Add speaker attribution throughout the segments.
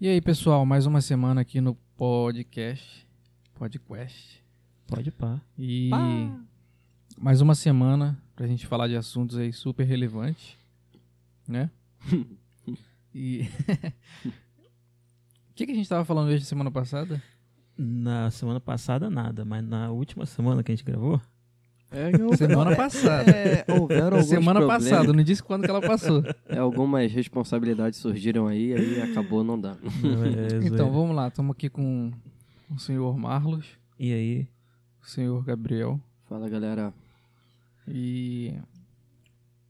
Speaker 1: E aí, pessoal, mais uma semana aqui no podcast, podcast.
Speaker 2: Pode pá.
Speaker 1: E mais uma semana pra gente falar de assuntos aí super relevantes, né? e O que, que a gente tava falando hoje semana passada?
Speaker 2: Na semana passada, nada, mas na última semana que a gente gravou,
Speaker 3: É, que houve-
Speaker 1: Semana passada.
Speaker 3: É, houveram alguns
Speaker 1: semana
Speaker 3: problemas,
Speaker 1: passada, não disse quando que ela passou.
Speaker 3: é, Algumas responsabilidades surgiram aí, aí acabou não dando.
Speaker 2: não, é zoeira.
Speaker 1: então, vamos lá, estamos aqui com o senhor Marlos,
Speaker 2: E aí,
Speaker 1: o senhor Gabriel
Speaker 3: Fala, galera.
Speaker 1: e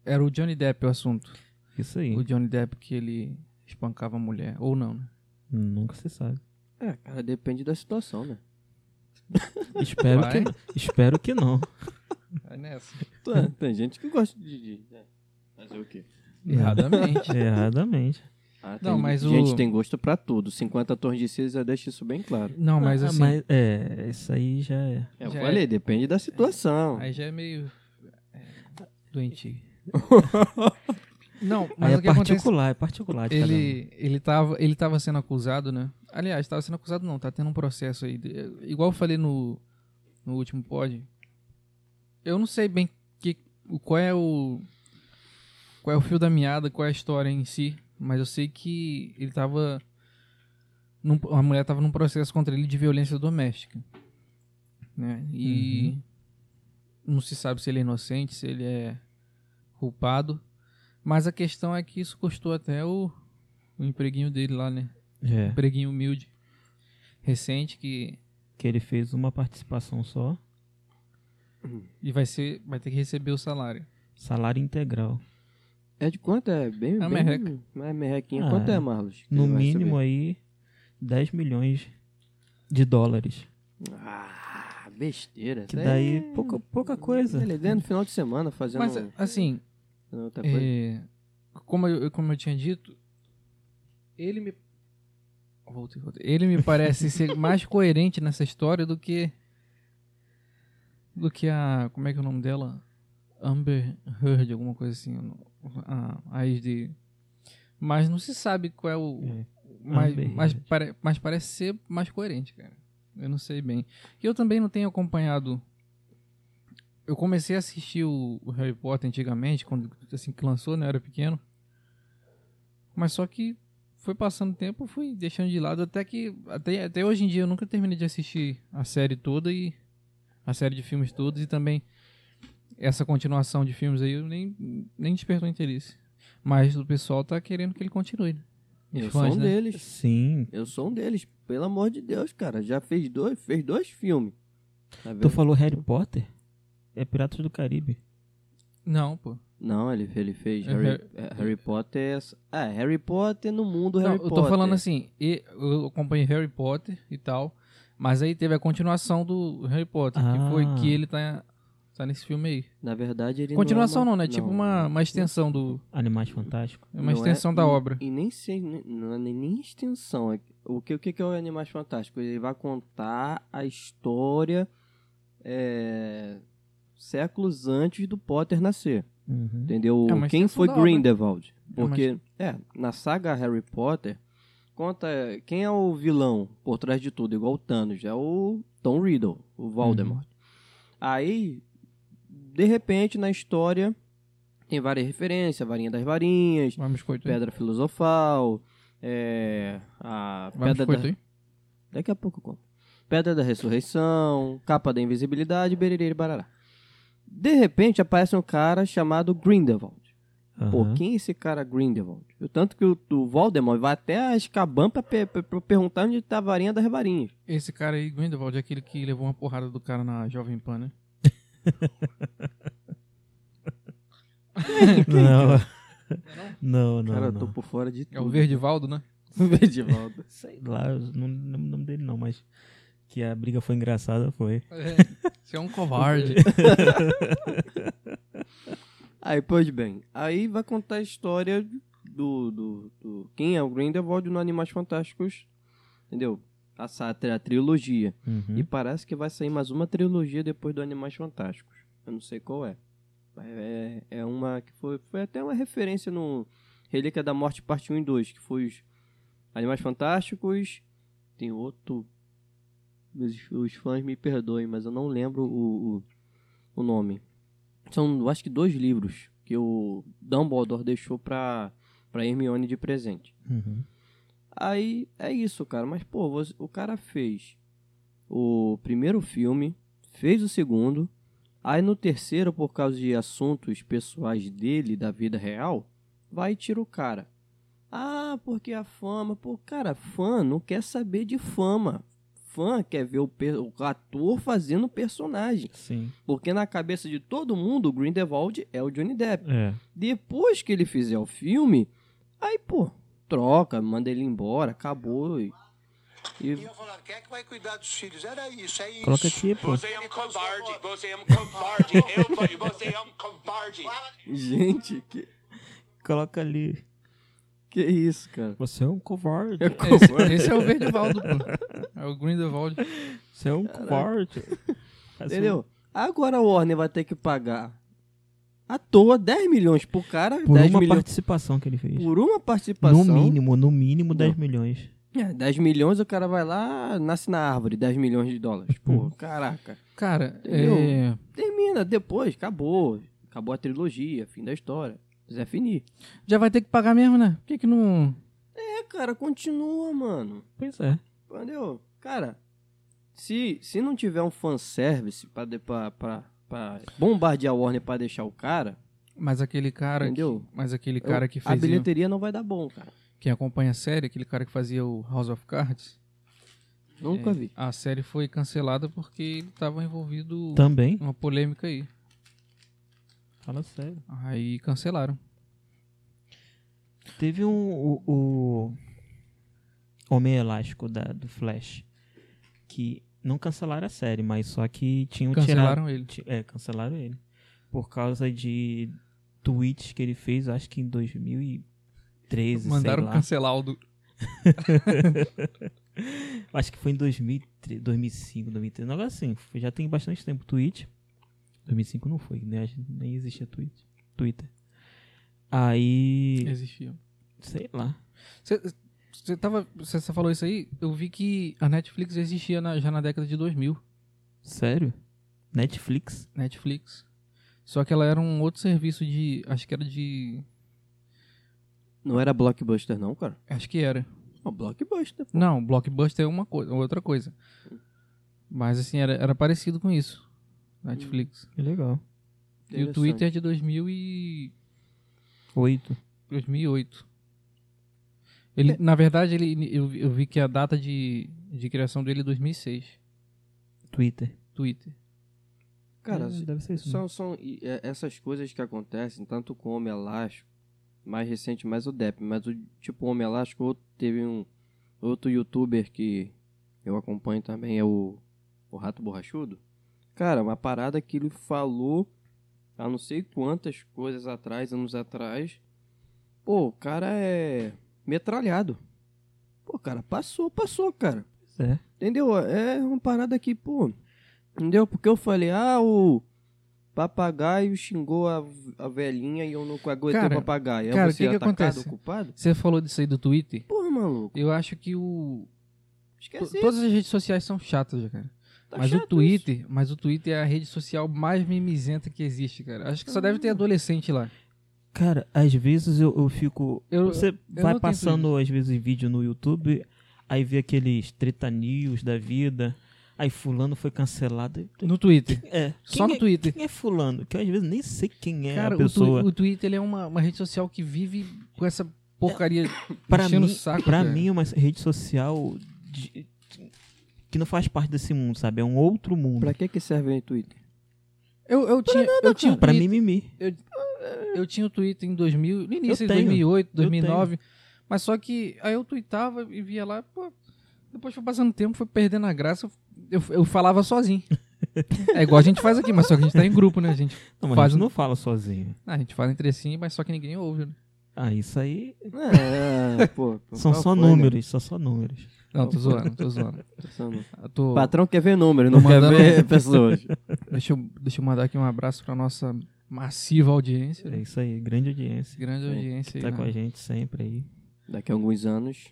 Speaker 1: era o Johnny Depp o assunto.
Speaker 2: isso aí.
Speaker 1: O Johnny Depp que ele espancava a mulher, ou não, né?
Speaker 2: Nunca se sabe.
Speaker 3: É, cara, depende da situação, né?
Speaker 2: Espero
Speaker 1: Vai.
Speaker 2: que não. Espero que não.
Speaker 1: Vai É nessa.
Speaker 3: Tá, Tem gente que gosta de... de- né? Fazer o quê?
Speaker 1: É. Erradamente.
Speaker 2: Erradamente.
Speaker 3: Ah,
Speaker 1: Não,
Speaker 3: tem-
Speaker 1: mas o-
Speaker 3: gente tem gosto pra tudo. 50 tons de cinza deixa isso bem claro.
Speaker 1: Não, mas
Speaker 2: Ah,
Speaker 1: assim,
Speaker 2: mas, é, isso aí já é.
Speaker 3: É, eu
Speaker 1: Já
Speaker 3: falei, depende da situação.
Speaker 1: aí já é meio é, doentio. Não, mas
Speaker 2: aí
Speaker 1: o
Speaker 2: é
Speaker 1: que acontece,
Speaker 2: particular, é particular de cada um.
Speaker 1: ele, ele, tava, ele tava sendo acusado, né? Aliás, tava sendo acusado não, tá tendo um processo aí. de- Igual eu falei no, no último pod, eu não sei bem que, o- qual é o qual é o fio da meada, qual é a história em si, mas eu sei que ele tava num, a mulher tava num processo contra ele de violência doméstica, né? E não se sabe se ele é inocente, se ele é culpado, mas a questão é que isso custou até o, o empreguinho dele lá, né?
Speaker 2: É,
Speaker 1: Empreguinho humilde recente que
Speaker 2: que ele fez uma participação só,
Speaker 1: e vai ser vai ter que receber o salário.
Speaker 2: salário integral.
Speaker 3: É de quanto? É bem...
Speaker 1: uma
Speaker 3: bem
Speaker 1: merreca.
Speaker 3: Uma merrequinha.
Speaker 2: Ah,
Speaker 3: quanto
Speaker 2: é.
Speaker 3: é, Marlos? que
Speaker 2: No
Speaker 3: ele vai
Speaker 2: mínimo é. aí, 10 milhões de dólares.
Speaker 3: receber? Ah, besteira.
Speaker 2: Que
Speaker 3: Isso aí
Speaker 2: daí,
Speaker 3: é-
Speaker 2: pouca, pouca coisa.
Speaker 3: Ele ganha no final de semana fazendo,
Speaker 1: Mas assim,
Speaker 3: fazendo outra coisa.
Speaker 1: é, como, eu, como eu tinha dito, ele me voltei, voltei. ele me parece ser mais coerente nessa história do que do que a como é que é o nome dela Amber Heard, alguma coisa assim, a, a ex dele. Mas não se sabe qual é o
Speaker 2: É.
Speaker 1: Mas,
Speaker 2: Amber
Speaker 1: mas,
Speaker 2: Heard.
Speaker 1: pare- mas parece ser mais coerente, cara. Eu não sei bem. E eu também não tenho acompanhado. Eu comecei a assistir o, o Harry Potter antigamente, quando assim que lançou, né? Eu era pequeno. Mas só que foi passando o tempo, eu fui deixando de lado até que até, até hoje em dia eu nunca terminei de assistir a série toda e a série de filmes todos e também essa continuação de filmes aí eu nem nem despertou interesse. Mas o pessoal tá querendo que ele continue. Né? Os
Speaker 3: Eu sou
Speaker 1: fãs,
Speaker 3: um
Speaker 1: né?
Speaker 3: deles.
Speaker 2: É, Sim,
Speaker 3: Eu sou um deles. Pelo amor de Deus, cara. Já fez dois, fez dois filmes. Tá
Speaker 2: Tu
Speaker 3: vendo?
Speaker 2: falou Harry Potter? Uhum. É Piratas do Caribe.
Speaker 1: Não, pô.
Speaker 3: Não, ele, ele fez
Speaker 1: É
Speaker 3: Harry,
Speaker 1: Harry-
Speaker 3: é, Harry Potter. Ah, Harry Potter no mundo
Speaker 1: Não,
Speaker 3: Harry
Speaker 1: eu
Speaker 3: Potter.
Speaker 1: tô falando assim, e- eu acompanhei Harry Potter e tal, mas aí teve a continuação do Harry Potter, que
Speaker 2: Ah.
Speaker 1: foi que ele tá, tá nesse filme aí.
Speaker 3: Na verdade, ele
Speaker 1: continuação
Speaker 3: não, é
Speaker 1: não,
Speaker 3: uma-
Speaker 1: né? Tipo uma, uma extensão do.
Speaker 2: Animais Fantásticos.
Speaker 1: É uma
Speaker 3: Não é-
Speaker 1: extensão da obra.
Speaker 3: E nem sei, nem- não é nem, nem extensão. É- O que, o que que é o Animais Fantásticos? Ele vai contar a história é, séculos antes do Potter nascer.
Speaker 2: Uhum.
Speaker 3: Entendeu?
Speaker 1: É uma
Speaker 3: Quem
Speaker 1: extensão
Speaker 3: foi
Speaker 1: da obra.
Speaker 3: Grindelwald?
Speaker 1: É uma
Speaker 3: Porque, é, na saga Harry Potter, conta é, quem é o vilão por trás de tudo, igual o Thanos, é o Tom Riddle, o
Speaker 1: Uhum.
Speaker 3: Voldemort. Aí, de repente, na história, tem várias referências, varinha das varinhas,
Speaker 1: Vai, biscoito. aí.
Speaker 3: pedra filosofal, é, a
Speaker 1: Vai,
Speaker 3: pedra da,
Speaker 1: biscoito aí.
Speaker 3: Daqui a pouco eu conto. Pedra da Ressurreição, Capa da Invisibilidade, bererê, barará. De repente aparece um cara chamado Grindelwald. Pô,
Speaker 2: Aham.
Speaker 3: quem é esse cara Grindelwald? O tanto que o, o Voldemort vai até a Escaban pra, pe- pe- pra perguntar onde tá a varinha das varinhas.
Speaker 1: Esse cara aí, Grindelwald, é aquele que levou uma porrada do cara na Jovem Pan, né?
Speaker 2: Não. não, não,
Speaker 3: cara, eu
Speaker 2: não.
Speaker 3: tô por fora de tudo.
Speaker 1: É o Verdivaldo, né?
Speaker 3: Verdivaldo.
Speaker 2: Sei lá, eu não lembro o nome dele não, mas que a briga foi engraçada foi.
Speaker 1: É, Você é um covarde.
Speaker 3: Aí, pois bem, aí vai contar a história do, do, do- quem é o Grindelwald no Animais Fantásticos, entendeu? Passar até a trilogia.
Speaker 2: Uhum.
Speaker 3: E parece que vai sair mais uma trilogia depois do Animais Fantásticos. Eu não sei qual é. Mas É, é um uma que foi, foi até uma referência no Relíquia da Morte Parte 1 e 2, que foi os- Animais Fantásticos. Tem outro. Os, os fãs me perdoem, mas eu não lembro o, o, o nome. São, eu acho que dois livros que o Dumbledore deixou pra, pra Hermione de presente.
Speaker 2: Uhum.
Speaker 3: Aí é isso, cara. Mas, pô, você- o cara fez o primeiro filme, fez o segundo, aí no terceiro, por causa de assuntos pessoais dele, da vida real, vai e tira o cara. Ah, porque a fama. Pô, cara, fã não quer saber de fama. Fã quer ver o, per- o ator fazendo o personagem.
Speaker 2: Sim.
Speaker 3: Porque na cabeça de todo mundo, o Grindelwald é o Johnny Depp.
Speaker 2: É.
Speaker 3: Depois que ele fizer o filme, aí, pô, troca, manda ele embora, acabou. E,
Speaker 4: E
Speaker 3: e-
Speaker 4: eu falando, quem é que vai cuidar dos filhos? Era isso, é isso.
Speaker 2: Coloca aqui, pô.
Speaker 5: Você é um covarde, você é um covarde, eu falei, você é um covarde.
Speaker 3: gente, que,
Speaker 2: Coloca ali.
Speaker 3: que isso, cara.
Speaker 2: Você é um covarde.
Speaker 1: Esse, esse é o Verdivaldo, pô. É o Grindelwald.
Speaker 2: Você é um covarde. Parece um-
Speaker 3: Entendeu? Agora a Warner vai ter que pagar à toa 10 milhões pro cara,
Speaker 2: Por
Speaker 3: 10
Speaker 2: uma
Speaker 3: milhões
Speaker 2: participação que ele fez.
Speaker 3: por uma participação.
Speaker 2: No mínimo, no mínimo 10 milhões.
Speaker 3: É, 10 milhões o cara vai lá, nasce na árvore, 10 milhões de dólares.
Speaker 2: Uhum.
Speaker 3: Pô, caraca.
Speaker 1: Cara, é...
Speaker 3: Entendeu? Termina, depois, acabou. Acabou a trilogia, fim da história. Zé Fini.
Speaker 1: já vai ter que pagar mesmo, né? Por que que não...
Speaker 3: É, cara, continua, mano.
Speaker 2: Pois é.
Speaker 3: Entendeu? Cara, se, se não tiver um fanservice pra, de- pra, pra, pra bombardear a Warner pra deixar o cara,
Speaker 1: Mas aquele cara... que-
Speaker 3: Entendeu?
Speaker 1: Mas aquele
Speaker 3: eu-
Speaker 1: cara que
Speaker 3: a
Speaker 1: fez...
Speaker 3: bilheteria não vai dar bom, cara.
Speaker 1: Quem acompanha a série, aquele cara que fazia o House of Cards... é,
Speaker 3: Nunca vi.
Speaker 1: A série foi cancelada porque ele tava envolvido...
Speaker 2: Também.
Speaker 1: Uma polêmica aí.
Speaker 2: Fala sério.
Speaker 1: Aí cancelaram.
Speaker 2: Teve um. O, o Homem Elástico da, do Flash. Que não cancelaram a série, mas só que tinham tirado.
Speaker 1: Cancelaram ele.
Speaker 2: Ti- É, cancelaram ele. Por causa de tweets que ele fez, eu acho que em 2013,
Speaker 1: Mandaram
Speaker 2: sei lá.
Speaker 1: cancelar o do...
Speaker 2: Acho que foi em 2003, 2005, 2003, um negócio assim. Foi- Já tem bastante tempo Twitch. 2005 não foi, né? Acho que Nem existia Twitch, Twitter. Aí,
Speaker 1: Existia.
Speaker 2: sei lá.
Speaker 1: Você tava... Você falou isso aí, eu vi que a Netflix existia na- já na década de 2000.
Speaker 2: Sério? Netflix?
Speaker 1: Netflix. Só que ela era um outro serviço de. Acho que era de.
Speaker 3: Não era blockbuster, não, cara.
Speaker 1: Acho que era.
Speaker 3: Não, blockbuster.
Speaker 1: Não, Blockbuster é uma coisa, outra coisa. Mas assim, era, era parecido com isso. Netflix.
Speaker 2: Que
Speaker 1: E o
Speaker 2: legal.
Speaker 3: Hum, Interessante.
Speaker 1: Twitter é de 2000 e...
Speaker 2: Oito.
Speaker 1: 2008. Ele,
Speaker 3: É.
Speaker 1: Na verdade, ele, eu, vi- eu vi que a data de, de criação dele é 2006.
Speaker 2: Twitter.
Speaker 1: Twitter.
Speaker 3: Cara,
Speaker 2: É, deve ser isso.
Speaker 3: são, são e- é, essas coisas que acontecem, tanto com o Homem Elástico, mais recente, mais o Depp, mas o tipo o Homem Elástico, outro- teve um outro youtuber que eu acompanho também, é o, o Rato Borrachudo. Cara, uma parada que ele falou há não sei quantas coisas atrás, anos atrás. Pô, o cara é metralhado. Pô, cara, passou, passou, cara.
Speaker 2: Pois
Speaker 1: né?
Speaker 2: é.
Speaker 3: Entendeu? É uma parada que, pô. Entendeu? Porque eu falei, ah, o papagaio xingou a, a velhinha e eu não aguentei
Speaker 1: Cara,
Speaker 3: o papagaio. É
Speaker 1: cara,
Speaker 3: você
Speaker 1: que que
Speaker 3: atacado,
Speaker 1: acontece?
Speaker 3: culpado?
Speaker 1: Você falou disso aí do Twitter.
Speaker 3: Porra, maluco.
Speaker 1: Eu acho que o. to-
Speaker 3: Esqueci.
Speaker 1: Todas as redes sociais são chatas, cara.
Speaker 3: Tá
Speaker 1: mas
Speaker 3: chato
Speaker 1: o Twitter, mas o Twitter é a rede social mais mimizenta que existe, cara. Acho que
Speaker 3: Hum.
Speaker 1: só deve ter adolescente lá.
Speaker 2: Cara, às vezes eu, eu fico.
Speaker 1: Eu-
Speaker 2: você
Speaker 1: não
Speaker 2: vai
Speaker 1: tenho
Speaker 2: passando, às vezes, vídeo no YouTube, aí vê aqueles treta news da vida. Aí fulano foi cancelado.
Speaker 1: No Twitter.
Speaker 2: É.
Speaker 1: Só
Speaker 2: quem
Speaker 1: no
Speaker 2: é-
Speaker 1: Twitter.
Speaker 2: Quem é fulano? Que eu, às vezes nem sei quem é
Speaker 1: Cara,
Speaker 2: a
Speaker 1: o, twi
Speaker 2: pessoa.
Speaker 1: o Twitter ele é uma, uma rede social que vive com essa porcaria
Speaker 2: Pra
Speaker 1: enchendo
Speaker 2: mim,
Speaker 1: o saco.
Speaker 2: pra
Speaker 1: cara.
Speaker 2: mim é uma rede social de- que não faz parte desse mundo, sabe? É um outro mundo.
Speaker 3: Pra que que serve o Twitter?
Speaker 1: Eu, eu tinha, eu tinha o
Speaker 2: Pra
Speaker 1: Twitter-
Speaker 2: mim, mimi.
Speaker 1: Eu tinha o Twitter em 2000, no início
Speaker 2: Eu
Speaker 1: de
Speaker 2: tenho.
Speaker 1: 2008,
Speaker 2: Eu
Speaker 1: 2009. Mas só que aí eu tweetava e via lá, pô, depois foi passando o tempo, foi perdendo a graça, eu, eu falava sozinho. é igual a gente faz aqui, mas só que a gente tá em grupo, né? A gente,
Speaker 2: Não, mas
Speaker 1: faz
Speaker 2: a gente
Speaker 1: um-
Speaker 2: não fala sozinho.
Speaker 1: a gente fala entre si, mas só que ninguém ouve, né?
Speaker 2: Ah, isso aí
Speaker 3: É, pô. pô,
Speaker 2: são
Speaker 3: qual
Speaker 2: só
Speaker 3: foi, né?
Speaker 2: números, são só números.
Speaker 1: Não, tô zoando, tô zoando.
Speaker 3: Só número.
Speaker 1: Eu tô-
Speaker 3: O patrão quer ver números, não quer
Speaker 1: Mandando-
Speaker 3: ver pessoas.
Speaker 1: deixa, eu, deixa eu mandar aqui um abraço pra nossa massiva audiência,
Speaker 2: É
Speaker 1: né?
Speaker 2: isso aí, grande audiência.
Speaker 1: grande
Speaker 3: Sim,
Speaker 1: audiência aí,
Speaker 2: Tá
Speaker 1: né?
Speaker 2: com a gente sempre aí.
Speaker 3: Daqui a alguns anos,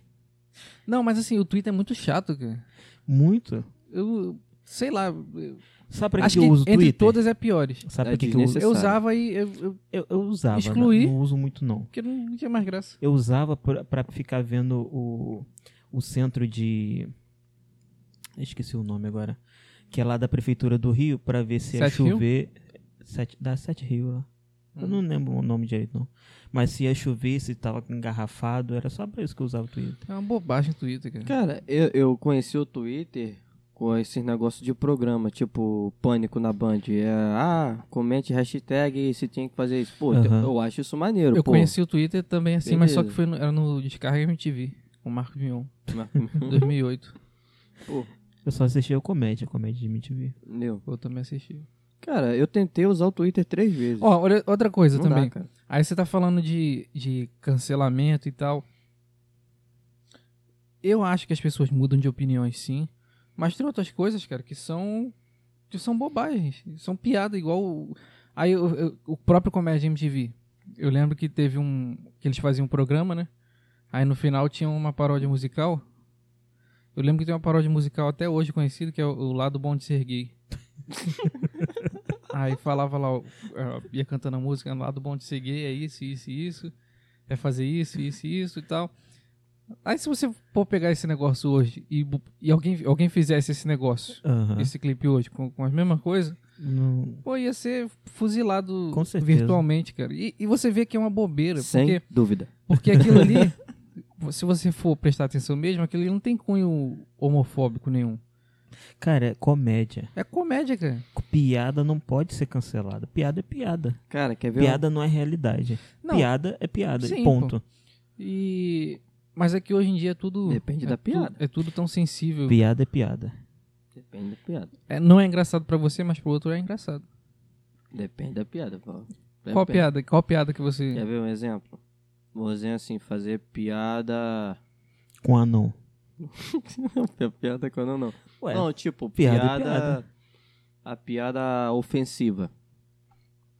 Speaker 1: Não, mas assim, o Twitter é muito chato, cara.
Speaker 2: Muito.
Speaker 1: Eu sei lá. eu-
Speaker 2: Sabe pra que,
Speaker 1: acho
Speaker 2: eu
Speaker 1: que
Speaker 2: uso o
Speaker 1: entre
Speaker 2: Twitter?
Speaker 1: todas é piores.
Speaker 2: Sabe
Speaker 3: É
Speaker 2: pra que, que eu uso?
Speaker 3: desnecessário.
Speaker 1: Eu usava e eu, eu-
Speaker 2: Eu, eu usava,
Speaker 1: Excluir.
Speaker 2: né? não uso muito não.
Speaker 1: porque não tinha mais graça.
Speaker 2: Eu usava pra, pra ficar vendo o, o centro de... eu Esqueci o nome agora. Que é lá da prefeitura do Rio, pra ver se ia
Speaker 1: Sete Rio? Hum.
Speaker 2: chover... Sete, da Sete Rio lá. Eu não lembro o nome direito, não. Mas se ia chover, se tava engarrafado, era só pra isso que eu usava o Twitter.
Speaker 1: É uma bobagem o Twitter, cara.
Speaker 3: Cara, eu, eu conheci o Twitter com esses negócios de programa, tipo Pânico na Band. É, ah, comente hashtag se tinha que fazer isso. Pô,
Speaker 2: Aham.
Speaker 3: eu acho isso maneiro,
Speaker 1: Eu
Speaker 3: pô.
Speaker 1: conheci o Twitter também assim, mas só
Speaker 3: Beleza.
Speaker 1: que foi no, era no Descarga MTV, com o Marco Mion,
Speaker 3: Mas-
Speaker 1: em 2008.
Speaker 3: pô,
Speaker 2: Eu só assistia o Comédia, Comédia de MTV.
Speaker 3: entendeu?
Speaker 1: Eu também assisti.
Speaker 3: Cara, eu tentei usar o Twitter três vezes.
Speaker 1: Ó, olha, outra coisa
Speaker 3: Não dá,
Speaker 1: também.
Speaker 3: cara.
Speaker 1: Aí você tá falando de, de cancelamento e tal. Eu acho que as pessoas mudam de opiniões, sim. Mas tem outras coisas, cara, que são. que são bobagens. São piada, igual. o- Aí eu- eu- o próprio Comédia MTV. Eu lembro que teve um. que eles faziam um programa, né? Aí no final tinha uma paródia musical. Eu lembro que tem uma paródia musical até hoje conhecida, que é o- o Lado Bom de Ser Gay. Aí falava lá, ó, ó, ia cantando a música, lá do bom de ser gay é isso, isso e isso, é fazer isso, isso e isso e tal. Aí se você for pegar esse negócio hoje e, bu- e alguém, alguém fizesse esse negócio,
Speaker 2: Aham.
Speaker 1: esse clipe hoje, com, com as mesmas coisas,
Speaker 2: Não-
Speaker 1: pô, ia ser fuzilado
Speaker 2: Com certeza.
Speaker 1: virtualmente, cara. E, e você vê que é uma bobeira,
Speaker 3: Sem
Speaker 1: porque,
Speaker 3: dúvida.
Speaker 1: porque aquilo ali, se você for prestar atenção mesmo, aquilo ali não tem cunho homofóbico nenhum.
Speaker 2: Cara, é comédia.
Speaker 1: É comédia, cara.
Speaker 2: Piada não pode ser cancelada. Piada é piada.
Speaker 3: Cara, quer ver? um
Speaker 2: Piada não é realidade.
Speaker 1: Não,
Speaker 2: Piada é piada.
Speaker 1: Sim,
Speaker 2: ponto.
Speaker 1: E. Mas é que hoje em dia é tudo.
Speaker 3: Depende
Speaker 1: é
Speaker 3: da
Speaker 1: tu-
Speaker 3: piada.
Speaker 1: é tudo tão sensível.
Speaker 2: Piada é piada.
Speaker 3: um- Depende da piada.
Speaker 1: É, não é engraçado pra você, mas pro outro é engraçado.
Speaker 3: Depende da piada, Paulo.
Speaker 1: Qual
Speaker 3: Depende.
Speaker 1: piada? Qual piada que você.
Speaker 3: Quer ver um exemplo? Um exemplo assim, fazer piada.
Speaker 2: Com anão.
Speaker 3: piada quando eu não.
Speaker 2: Ué,
Speaker 3: Não, tipo,
Speaker 2: piada é
Speaker 3: piada,
Speaker 2: piada.
Speaker 3: A piada ofensiva.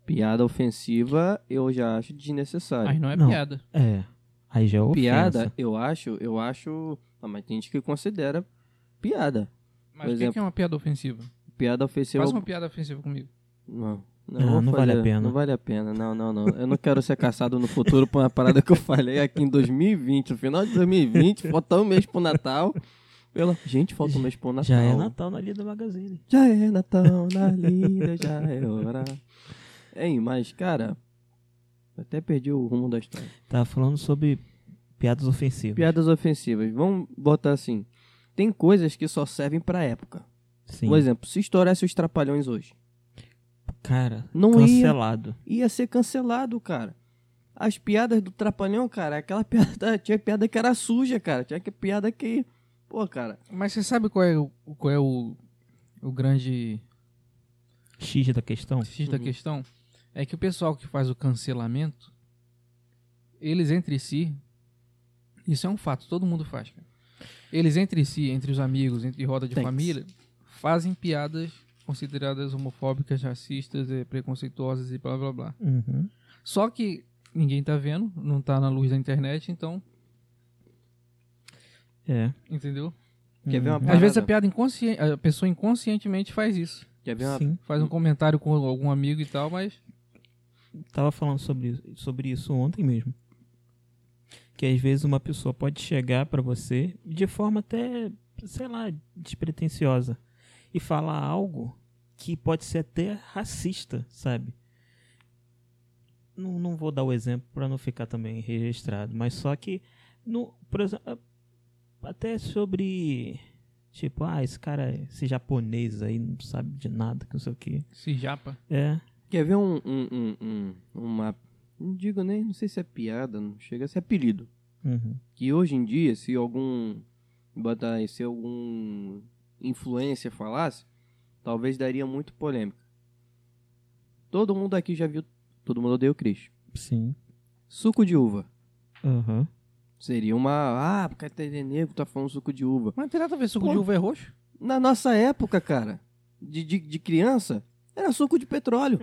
Speaker 3: Piada ofensiva eu já acho desnecessário.
Speaker 1: Mas não é
Speaker 2: Não.
Speaker 1: piada.
Speaker 2: é. Aí já é ofensa.
Speaker 3: piada, eu acho, eu acho. Ah, mas tem gente que considera piada.
Speaker 1: Mas
Speaker 3: Por
Speaker 1: o que,
Speaker 3: exemplo.
Speaker 1: que é uma piada ofensiva?
Speaker 3: Piada ofensiva.
Speaker 1: Faz uma piada ofensiva comigo.
Speaker 3: Não. Não,
Speaker 2: Ah,
Speaker 3: vou
Speaker 2: não vale a
Speaker 3: fazer,
Speaker 2: pena.
Speaker 3: Não vale a pena, não, não, não. Eu não quero ser caçado no futuro por uma parada que eu falei aqui em 2020, no final de 2020, faltar um mês pro Natal. Pela... Gente, falta um mês pro Natal.
Speaker 2: Já é Natal na Lida Magazine.
Speaker 3: Já é Natal na lida, já é hora. Hein, mas, cara, eu até perdi o rumo da história.
Speaker 2: Tava falando sobre piadas ofensivas.
Speaker 3: Piadas ofensivas. Vamos botar assim. Tem coisas que só servem pra época.
Speaker 2: Sim.
Speaker 3: Por exemplo, se estourasse os Trapalhões hoje,
Speaker 2: Cara,
Speaker 3: Não
Speaker 2: cancelado.
Speaker 3: ia ser cancelado, cara. As piadas do Trapalhão, cara, aquela piada, tinha piada que era suja, cara. Tinha que piada que, pô, cara,
Speaker 1: Mas você sabe qual é o, qual é o, o grande
Speaker 2: X da questão.
Speaker 1: X da
Speaker 3: Uhum.
Speaker 1: questão? É que o pessoal que faz o cancelamento, eles entre si. Isso é um fato, todo mundo faz, cara. Eles entre si, entre os amigos, entre roda de
Speaker 3: Thanks.
Speaker 1: família, fazem piadas consideradas homofóbicas, racistas, eh, preconceituosas e blá blá blá.
Speaker 2: Uhum.
Speaker 1: Só que ninguém tá vendo, não tá na luz da internet, então,
Speaker 2: É.
Speaker 1: entendeu?
Speaker 3: quer ver uma
Speaker 1: Hum. Às vezes a
Speaker 3: parada?
Speaker 1: piada inconsciente, a pessoa inconscientemente faz isso.
Speaker 3: quer ver uma
Speaker 2: Sim.
Speaker 1: Faz um comentário com algum amigo e tal, mas
Speaker 2: Tava falando sobre, isso- sobre isso ontem mesmo. Que às vezes uma pessoa pode chegar pra você de forma até, sei lá, despretensiosa e falar algo que pode ser até racista, sabe? Não, não vou dar o exemplo pra não ficar também registrado, mas só que, no, por exemplo, até sobre, tipo, ah, esse cara, esse japonês aí não sabe de nada, que não sei o que.
Speaker 1: se japa.
Speaker 2: É,
Speaker 3: Quer ver um, um, um, um- uma. Não digo nem, não sei se é piada, não chega a ser apelido.
Speaker 2: uhum.
Speaker 3: Que hoje em dia, se algum. Botar aí, se algum influencer falasse, talvez daria muito polêmica. Todo mundo aqui já viu. Todo mundo odeia o Cris.
Speaker 2: sim,
Speaker 3: Suco de uva.
Speaker 2: aham.
Speaker 3: Seria uma. Ah, porque é negro, tá falando suco de uva.
Speaker 1: Mas não tem nada a ver, suco
Speaker 3: Pô.
Speaker 1: de uva é roxo?
Speaker 3: Na nossa época, cara, de, de, de criança, era suco de petróleo.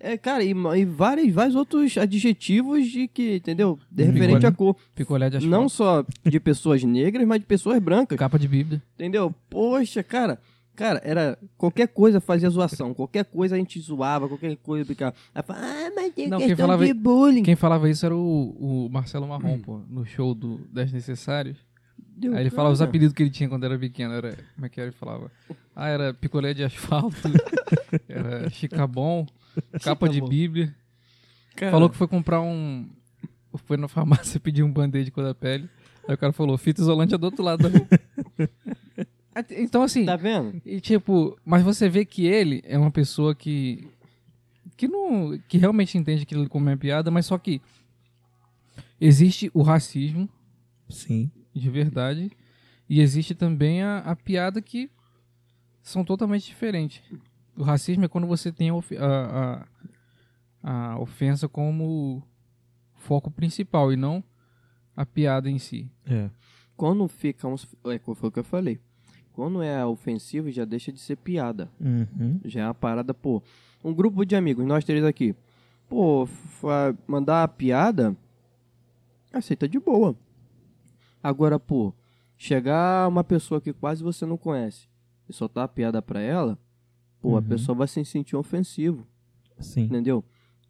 Speaker 3: É, cara, e, ma- e vários, vários outros adjetivos de que, entendeu? De
Speaker 1: Hum.
Speaker 3: referente à
Speaker 1: Picolé.
Speaker 3: cor.
Speaker 1: Picolé de asfalto.
Speaker 3: Não só de pessoas negras, mas de pessoas brancas.
Speaker 1: Capa de Bíblia.
Speaker 3: Entendeu? Poxa, cara. Cara, era. Qualquer coisa fazia zoação. Qualquer coisa a gente zoava, qualquer coisa brincava. Aí fala, ah, mas tem
Speaker 1: Não, quem
Speaker 3: questão
Speaker 1: falava-
Speaker 3: de bullying.
Speaker 1: Quem falava isso era o, o Marcelo Marrom, pô, no show do Desnecessários.
Speaker 3: Deu,
Speaker 1: Aí ele falava os
Speaker 3: cara.
Speaker 1: apelidos que ele tinha quando era pequeno. Era, como é que era? Ele falava. Ah, era picolé de asfalto, era chicabon, capa de
Speaker 3: Chicabon.
Speaker 1: bíblia.
Speaker 3: Cara,
Speaker 1: Falou que foi comprar um. Foi na farmácia pedir um band-aid de cor da pele. Aí o cara falou, fita isolante é do outro lado da rua. At- Então, assim,
Speaker 3: Tá vendo?
Speaker 1: e tipo, mas você vê que ele é uma pessoa que. que não. que realmente entende aquilo como uma piada, mas só que. existe o racismo
Speaker 2: Sim.
Speaker 1: de verdade. E existe também a, a piada que são totalmente diferentes. O racismo é quando você tem a, ofe- a- a- a ofensa como foco principal e não a piada em si.
Speaker 2: É.
Speaker 3: Quando fica uns. É, foi o que eu falei. Quando é ofensivo, já deixa de ser piada.
Speaker 2: Uhum.
Speaker 3: Já é uma parada, pô. Um grupo de amigos, nós três aqui. Pô, fa- mandar uma piada. Aceita de boa. Agora, pô, chegar uma pessoa que quase você não conhece e soltar a piada pra ela, pô, a
Speaker 2: Uhum.
Speaker 3: pessoa vai se sentir ofensivo.
Speaker 2: Sim.
Speaker 3: Entendeu?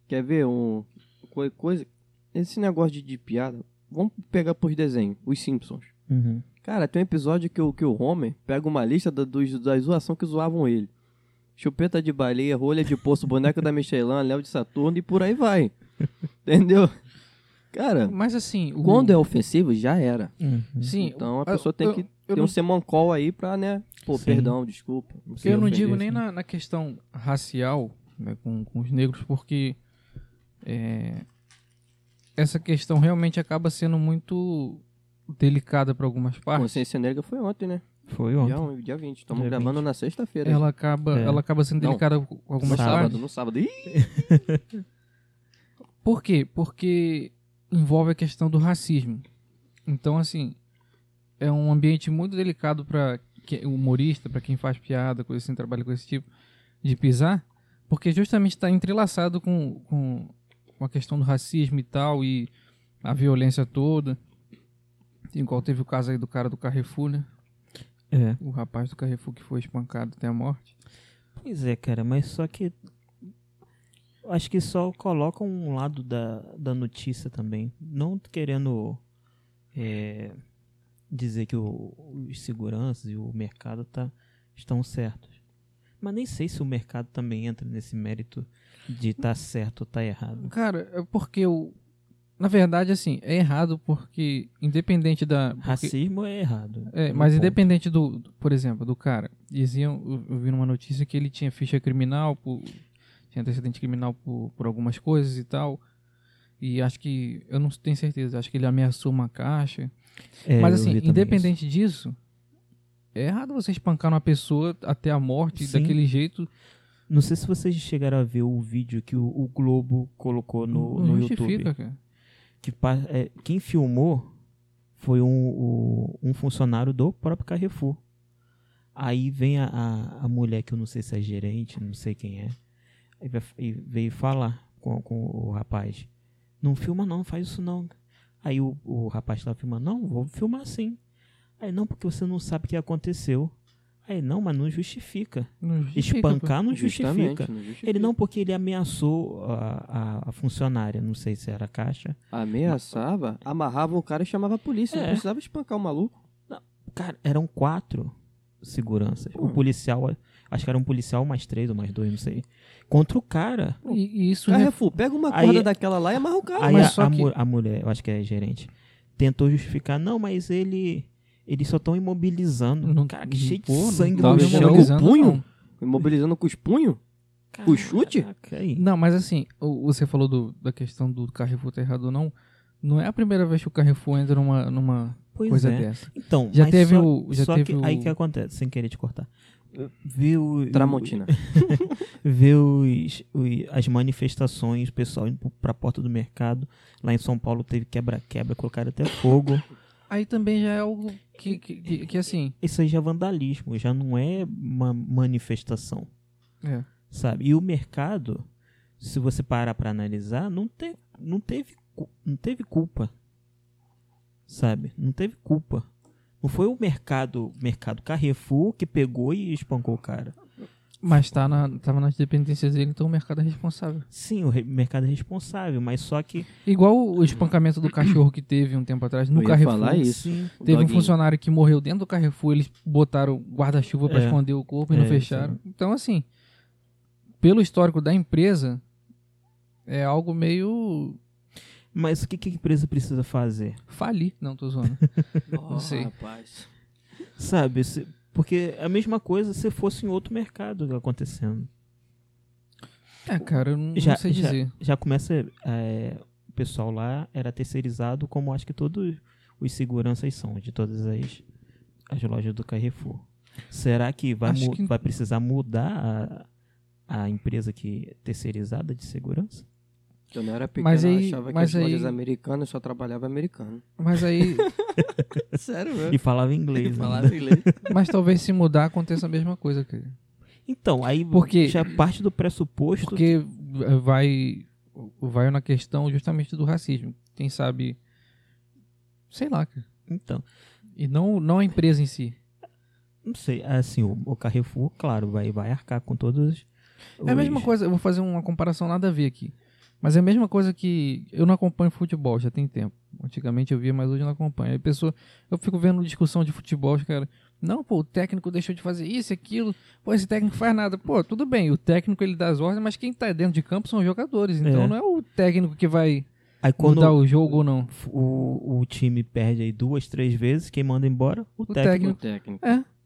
Speaker 3: Quer ver um. coi- Coisa. Esse negócio de, de piada. Vamos pegar por desenho, os Simpsons.
Speaker 2: Uhum.
Speaker 3: Cara, tem um episódio que o, que o Homer pega uma lista da, dos, da zoação que zoavam ele. Chupeta de baleia, rolha de poço, boneco da Michelin, Léo de Saturno e por aí vai. Entendeu? Cara,
Speaker 1: Mas assim, o,
Speaker 3: quando é ofensivo, já era.
Speaker 2: Uhum.
Speaker 1: Sim,
Speaker 3: Então a
Speaker 1: eu-
Speaker 3: pessoa tem
Speaker 1: eu-
Speaker 3: que
Speaker 1: eu
Speaker 3: ter
Speaker 1: não-
Speaker 3: um semancol aí pra, né? Pô,
Speaker 2: Sim.
Speaker 3: perdão, desculpa.
Speaker 1: Porque eu não
Speaker 3: ofender.
Speaker 1: digo nem na, na questão racial né, com, com os negros, porque é, essa questão realmente acaba sendo muito delicada para algumas partes.
Speaker 3: Consciência Negra foi ontem, né?
Speaker 2: Foi
Speaker 3: Dia,
Speaker 2: ontem.
Speaker 3: um- dia 20. Estamos
Speaker 2: Dia
Speaker 3: gravando
Speaker 2: 20.
Speaker 3: na sexta-feira.
Speaker 1: Ela acaba,
Speaker 2: É.
Speaker 1: ela acaba sendo
Speaker 3: Não,
Speaker 1: delicada com
Speaker 3: No
Speaker 1: algumas
Speaker 3: sábado,
Speaker 1: partes.
Speaker 3: no sábado. Ih,
Speaker 1: Por quê? Porque envolve a questão do racismo. Então, assim, é um ambiente muito delicado para humorista, para quem faz piada, coisa assim, trabalha com esse tipo, de pisar, porque justamente está entrelaçado com, com, com a questão do racismo e tal, e a violência toda. Igual teve o caso aí do cara do Carrefour, né?
Speaker 2: É.
Speaker 1: O rapaz do Carrefour que foi espancado até a morte.
Speaker 2: Pois é, cara, mas só que. Acho que só coloca um lado da, da notícia também. Não querendo é, dizer que o- os seguranças e o mercado tá, estão certos. Mas nem sei se o mercado também entra nesse mérito de tá certo ou tá errado.
Speaker 1: Cara, é porque o. Na verdade, assim, é errado porque, independente da. porque-
Speaker 2: Racismo é errado.
Speaker 1: É,
Speaker 2: Um
Speaker 1: mas
Speaker 2: ponto.
Speaker 1: independente do, do- por exemplo, do cara, diziam, eu, eu vi numa notícia que ele tinha ficha criminal, por, tinha antecedente criminal por, por algumas coisas e tal. E acho que, eu não tenho certeza, acho que ele ameaçou uma caixa.
Speaker 2: É,
Speaker 1: mas
Speaker 2: eu
Speaker 1: assim,
Speaker 2: vi também
Speaker 1: independente disso, é errado você espancar uma pessoa até a morte
Speaker 2: Sim.
Speaker 1: daquele jeito.
Speaker 2: isso. Não sei se vocês chegaram a ver o vídeo que o, o Globo colocou no,
Speaker 1: não
Speaker 2: no
Speaker 1: Hum, justifica,
Speaker 2: YouTube.
Speaker 1: cara.
Speaker 2: que pa- é, quem filmou foi um, o- um funcionário do próprio Carrefour. Aí vem a, a, a mulher, que eu não sei se é gerente, não sei quem é, e vai- e veio falar com, com o rapaz. Não filma não, faz isso não. Aí o, o rapaz tava filmando, não, vou filmar sim. Aí, não, porque você não sabe o que aconteceu. Aí, não, mas não justifica.
Speaker 1: Não justifica, pô.
Speaker 2: Espancar não
Speaker 3: Justamente,
Speaker 2: justifica.
Speaker 3: não justifica.
Speaker 2: Ele não, porque ele ameaçou a, a, a funcionária, não sei se era a caixa,
Speaker 3: Ameaçava, amarrava o cara e chamava a polícia.
Speaker 2: É.
Speaker 3: Não precisava espancar o maluco.
Speaker 2: Cara, eram quatro seguranças.
Speaker 3: Pô.
Speaker 2: O policial, acho que era um policial mais três ou mais dois, não sei. Contra o cara.
Speaker 1: E, e isso
Speaker 2: É,
Speaker 1: né,
Speaker 3: Carrefour, pega uma
Speaker 2: Aí-
Speaker 3: corda daquela lá e amarra o cara.
Speaker 2: Aí
Speaker 1: Ah, mas
Speaker 2: a,
Speaker 1: só
Speaker 2: a
Speaker 1: que-
Speaker 2: mu- a mulher, eu acho que é gerente, tentou justificar. Não, mas ele. Eles só estão imobilizando.
Speaker 1: não-
Speaker 2: Cara, que é cheio
Speaker 1: pô,
Speaker 2: de sangue
Speaker 1: não
Speaker 3: tava
Speaker 2: no
Speaker 1: tava
Speaker 3: chão.
Speaker 2: chão.
Speaker 1: imobilizando,
Speaker 3: punho?
Speaker 1: não.
Speaker 3: Imobilizando com os punhos?
Speaker 2: Caraca,
Speaker 3: O chute?
Speaker 2: aí.
Speaker 1: Não, mas assim, o- você falou do- da questão do Carrefour ter errado ou não. Não é a primeira vez que o Carrefour entra numa, numa
Speaker 2: Pois
Speaker 1: coisa
Speaker 2: é.
Speaker 1: dessa.
Speaker 2: Então,
Speaker 1: Já
Speaker 2: mas
Speaker 1: teve
Speaker 2: só,
Speaker 1: o- já
Speaker 2: só
Speaker 1: teve
Speaker 2: que,
Speaker 1: o-
Speaker 2: Aí que acontece, sem querer te cortar. Vê o.
Speaker 3: Tramontina.
Speaker 2: ver os, os- as manifestações, o pessoal indo pra porta do mercado. Lá em São Paulo teve quebra-quebra, colocaram até fogo.
Speaker 1: Aí também já é algo que, que, que- que, assim.
Speaker 2: Isso aí já é vandalismo, já não é uma manifestação,
Speaker 1: É.
Speaker 2: sabe? E o mercado, se você parar pra analisar, não, te, não, teve, cu- não teve culpa. Sabe? Não teve culpa. Não foi o mercado, mercado Carrefour que pegou e espancou o cara.
Speaker 1: Mas tá na, tava nas dependências dele, então o mercado é responsável.
Speaker 2: Sim, o re- mercado é responsável, mas só que
Speaker 1: Igual o espancamento do cachorro que teve um tempo atrás no
Speaker 3: Eu ia
Speaker 1: Carrefour.
Speaker 3: falar isso.
Speaker 2: sim,
Speaker 3: O
Speaker 1: Teve um
Speaker 3: doguinho.
Speaker 1: funcionário que morreu dentro do Carrefour, eles botaram guarda-chuva pra
Speaker 2: É.
Speaker 1: esconder o corpo e não
Speaker 2: É,
Speaker 1: fecharam. Então, assim, pelo histórico da empresa, é algo meio
Speaker 2: mas o que, que a empresa precisa fazer?
Speaker 1: falir. Não, tô zoando.
Speaker 3: Não
Speaker 1: sei.
Speaker 3: Rapaz.
Speaker 2: Sabe? se- porque é a mesma coisa se fosse em outro mercado acontecendo.
Speaker 1: É, cara, eu não, não
Speaker 2: Já-
Speaker 1: sei
Speaker 2: já-
Speaker 1: dizer.
Speaker 2: Já começa. é, o pessoal lá era terceirizado, como acho que todos os seguranças são, de todas as, as lojas do Carrefour. Será que vai,
Speaker 1: Acho
Speaker 2: mu-
Speaker 1: que-
Speaker 2: vai precisar mudar a, a empresa que é terceirizada de segurança?
Speaker 3: Quando eu era pequeno,
Speaker 1: Mas aí-
Speaker 3: eu achava
Speaker 1: mas
Speaker 3: que as lojas
Speaker 1: aí-
Speaker 3: americanas só trabalhava americano.
Speaker 1: Mas aí,
Speaker 3: Sério, velho?
Speaker 2: E falava inglês. né?
Speaker 1: né?
Speaker 2: ainda.
Speaker 3: Falava inglês.
Speaker 1: mas talvez se mudar aconteça a mesma coisa, cara.
Speaker 2: Então, aí
Speaker 1: Porque-
Speaker 2: já parte do pressuposto.
Speaker 1: Porque vai, vai na questão justamente do racismo. Quem sabe. Sei lá, cara.
Speaker 2: Então,
Speaker 1: E não, não a empresa em si.
Speaker 2: não sei, assim, o, o Carrefour, claro, vai, vai arcar com todos.
Speaker 1: É a
Speaker 2: os-
Speaker 1: mesma coisa, eu vou fazer uma comparação nada a ver aqui. Mas é a mesma coisa que eu não acompanho futebol, já tem tempo. Antigamente eu via, mas hoje eu não acompanho. Aí pessoa, eu fico vendo discussão de futebol, os cara, não, pô, o técnico deixou de fazer isso, aquilo. Pô, esse técnico faz nada. Pô, tudo bem, o técnico ele dá as ordens, mas quem tá dentro de campo são os jogadores, então
Speaker 2: É.
Speaker 1: não é o técnico que vai
Speaker 2: Aí quando
Speaker 1: mudar o jogo ou não.
Speaker 2: o, o time perde aí duas, três vezes, quem manda embora? O,
Speaker 1: O técnico.
Speaker 2: técnico.
Speaker 3: O técnico.
Speaker 1: É.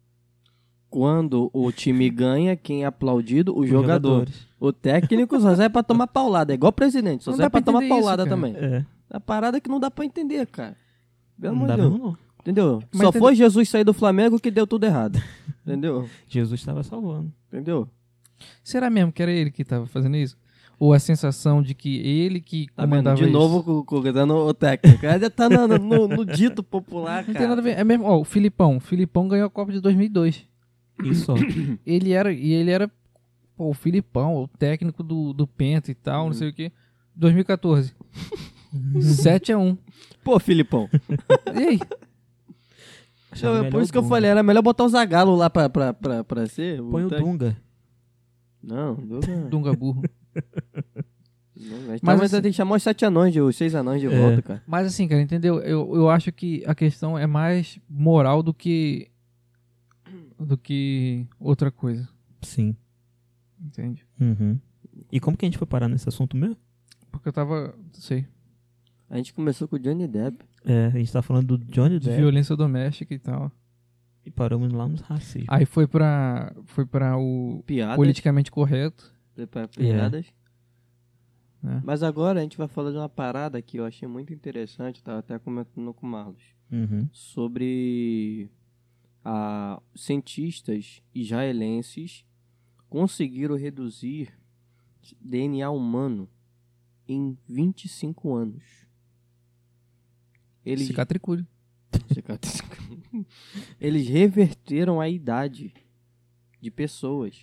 Speaker 3: Quando o time ganha, quem é aplaudido? O
Speaker 2: os
Speaker 3: jogador.
Speaker 2: jogadores.
Speaker 3: O técnico só serve pra tomar paulada. É igual o presidente, só
Speaker 1: Não
Speaker 3: serve
Speaker 1: dá pra
Speaker 3: pra tomar
Speaker 1: entender isso,
Speaker 3: paulada
Speaker 1: cara.
Speaker 3: também.
Speaker 2: É,
Speaker 3: A parada que não dá pra entender, cara. Pelo
Speaker 2: não
Speaker 3: amor
Speaker 2: dá
Speaker 3: de Deus.
Speaker 2: mesmo não.
Speaker 3: Entendeu?
Speaker 1: Mas
Speaker 3: só
Speaker 1: entende-
Speaker 3: foi Jesus sair do Flamengo que deu tudo errado. Entendeu?
Speaker 2: Jesus estava salvando.
Speaker 3: Entendeu?
Speaker 1: Será mesmo que era ele que tava fazendo isso? Ou a sensação de que ele que
Speaker 3: Tá vendo?
Speaker 1: comandava
Speaker 3: De
Speaker 1: isso?
Speaker 3: novo co- colocando o técnico. Ainda tá na- no, no- no dito
Speaker 1: Não
Speaker 3: popular, ah, cara.
Speaker 1: tem nada a ver. É mesmo, ó, o Filipão. O Filipão ganhou a Copa de 2002.
Speaker 2: E só.
Speaker 3: é
Speaker 1: ele era e ele era pô, o Filipão, o técnico do, do Penta e tal, não sei o que. 2014. 7 a 1.
Speaker 3: Pô, Filipão.
Speaker 1: E aí?
Speaker 2: Achava
Speaker 3: Não, é
Speaker 2: melhor
Speaker 3: por
Speaker 2: o
Speaker 3: isso que eu
Speaker 2: Dunga.
Speaker 3: falei, era melhor botar o Zagalo lá pra, pra, pra, pra ser.
Speaker 2: Põe o
Speaker 3: técnico.
Speaker 2: Dunga.
Speaker 3: Não, Dunga.
Speaker 1: Dunga burro.
Speaker 3: Não,
Speaker 1: Mas
Speaker 3: mas mas
Speaker 1: assim-
Speaker 3: tem que chamar os sete anões, de, os seis anões de
Speaker 2: É.
Speaker 3: volta, cara.
Speaker 1: Mas assim, cara, entendeu? Eu, eu acho que a questão é mais moral do que do que outra coisa,
Speaker 2: Sim.
Speaker 1: entende?
Speaker 2: Uhum. E como que a gente foi parar nesse assunto mesmo?
Speaker 1: Porque eu tava, não sei,
Speaker 3: A gente começou com o Johnny Depp.
Speaker 2: É, a gente tá falando do Johnny
Speaker 1: de
Speaker 2: Depp
Speaker 1: violência doméstica e tal.
Speaker 2: e paramos lá nos racismo.
Speaker 3: Ah.
Speaker 1: Aí foi pra foi para o
Speaker 3: Piadas.
Speaker 1: politicamente correto.
Speaker 3: pra- Piadas.
Speaker 1: É.
Speaker 3: Mas agora a gente vai falar de uma parada que eu achei muito interessante. Eu tava até comentando com o Marlos.
Speaker 2: Uhum.
Speaker 3: Sobre a, cientistas israelenses conseguiram reduzir DNA humano em 25 anos. Eles
Speaker 1: Cicatricure.
Speaker 3: Cicatriz. Eles reverteram a idade de pessoas.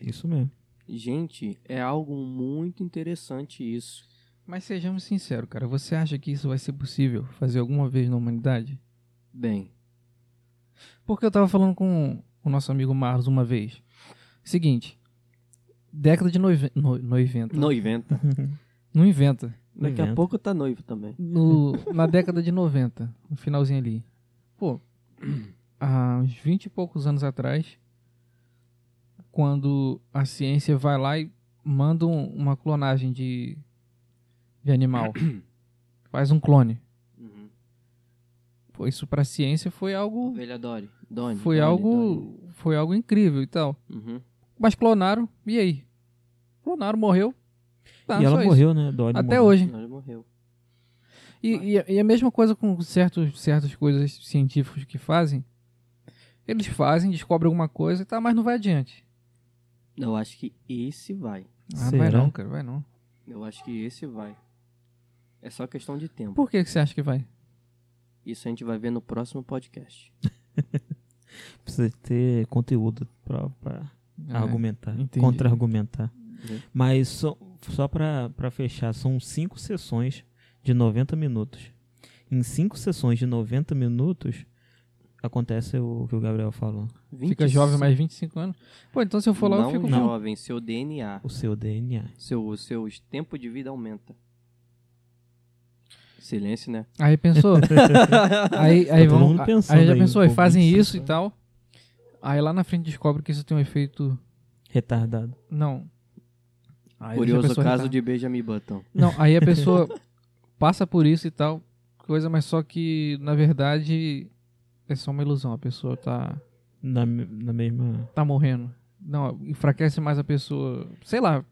Speaker 2: Isso mesmo.
Speaker 3: Gente, é algo muito interessante isso.
Speaker 1: Mas sejamos sinceros, cara. Você acha que isso vai ser possível fazer alguma vez na humanidade?
Speaker 3: Bem,
Speaker 1: Porque eu tava falando com o nosso amigo Marlos uma vez. Seguinte. Década de noive... no... noiventa.
Speaker 3: noiventa.
Speaker 1: Não inventa.
Speaker 3: Daqui a
Speaker 2: Noiventa.
Speaker 3: pouco tá noivo também.
Speaker 1: No... Na década de 90, no finalzinho ali. Pô, há uns 20 e poucos anos atrás, quando a ciência vai lá e manda um- uma clonagem de, de animal. Faz um clone.
Speaker 3: Uhum.
Speaker 1: Pô, isso pra ciência foi algo
Speaker 3: Ovelha Dory. Doni.
Speaker 1: foi
Speaker 3: Doni,
Speaker 1: algo foi algo incrível e tal.
Speaker 3: Doni. Uhum.
Speaker 1: Mas clonaram, e aí? Clonaram, morreu. Tá,
Speaker 2: e ela
Speaker 1: só isso.
Speaker 2: morreu, né? Dolly
Speaker 1: Até
Speaker 2: morreu.
Speaker 1: hoje.
Speaker 3: Ele morreu.
Speaker 1: E, e- e a mesma coisa com certos, certas coisas científicas que fazem. Eles fazem, descobrem alguma coisa e tá, mas não vai adiante.
Speaker 3: Eu acho que esse vai.
Speaker 1: Ah, vai
Speaker 2: Será?
Speaker 1: não, cara, vai não.
Speaker 3: Eu acho que esse vai. É só questão de tempo.
Speaker 1: Por que, que você acha que vai?
Speaker 3: Isso a gente vai ver no próximo podcast.
Speaker 2: Precisa ter conteúdo pra, pra
Speaker 1: É.
Speaker 2: argumentar,
Speaker 1: entendi.
Speaker 2: contra-argumentar.
Speaker 3: Uhum.
Speaker 2: Mas só- só pra, pra fechar, são cinco sessões de 90 minutos. Em cinco sessões de 90 minutos, acontece o que o Gabriel falou.
Speaker 1: Fica
Speaker 3: 25.
Speaker 1: jovem mais 25 anos. Pô, então se eu for lá, eu
Speaker 3: não
Speaker 1: fico mal.
Speaker 3: jovem, seu DNA,
Speaker 2: O seu DNA.
Speaker 3: seu, seu tempo de vida aumenta. Silêncio, né?
Speaker 1: Aí pensou? aí aí
Speaker 2: Tá todo
Speaker 1: vão.
Speaker 2: mundo pensando
Speaker 1: Aí já
Speaker 2: aí,
Speaker 1: pensou,
Speaker 2: um
Speaker 1: aí
Speaker 2: pouco
Speaker 1: fazem
Speaker 2: disso,
Speaker 1: isso e tal. Aí lá na frente descobre que isso tem um efeito.
Speaker 2: Retardado.
Speaker 1: Não. Aí deixa a
Speaker 3: Curioso
Speaker 1: pessoa
Speaker 3: caso
Speaker 1: retar-
Speaker 3: de Benjamin Button.
Speaker 1: Não, aí a pessoa passa por isso e tal, coisa, mas só que na verdade é só uma ilusão. A pessoa tá,
Speaker 2: Na, me- na mesma.
Speaker 1: tá morrendo. Não, enfraquece mais a pessoa. Sei lá.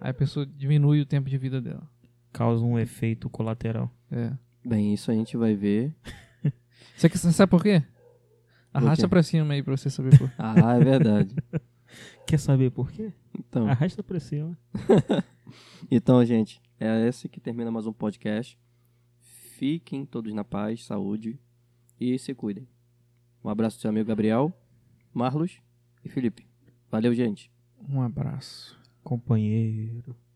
Speaker 1: Aí a pessoa diminui o tempo de vida dela.
Speaker 2: causa um efeito colateral.
Speaker 1: É.
Speaker 3: Bem, isso a gente vai ver.
Speaker 1: Você, que- você sabe por quê?
Speaker 3: Por
Speaker 1: Arrasta
Speaker 3: quê?
Speaker 1: pra cima aí pra você saber por quê.
Speaker 3: Ah, é verdade.
Speaker 2: Quer saber por quê?
Speaker 3: Então,
Speaker 2: Arrasta pra cima.
Speaker 3: então gente, é esse que termina mais um podcast. Fiquem todos na paz, saúde e se cuidem. Um abraço do seu amigo Gabriel, Marlos e Felipe. Valeu, gente.
Speaker 1: Um abraço.
Speaker 2: Companheiro.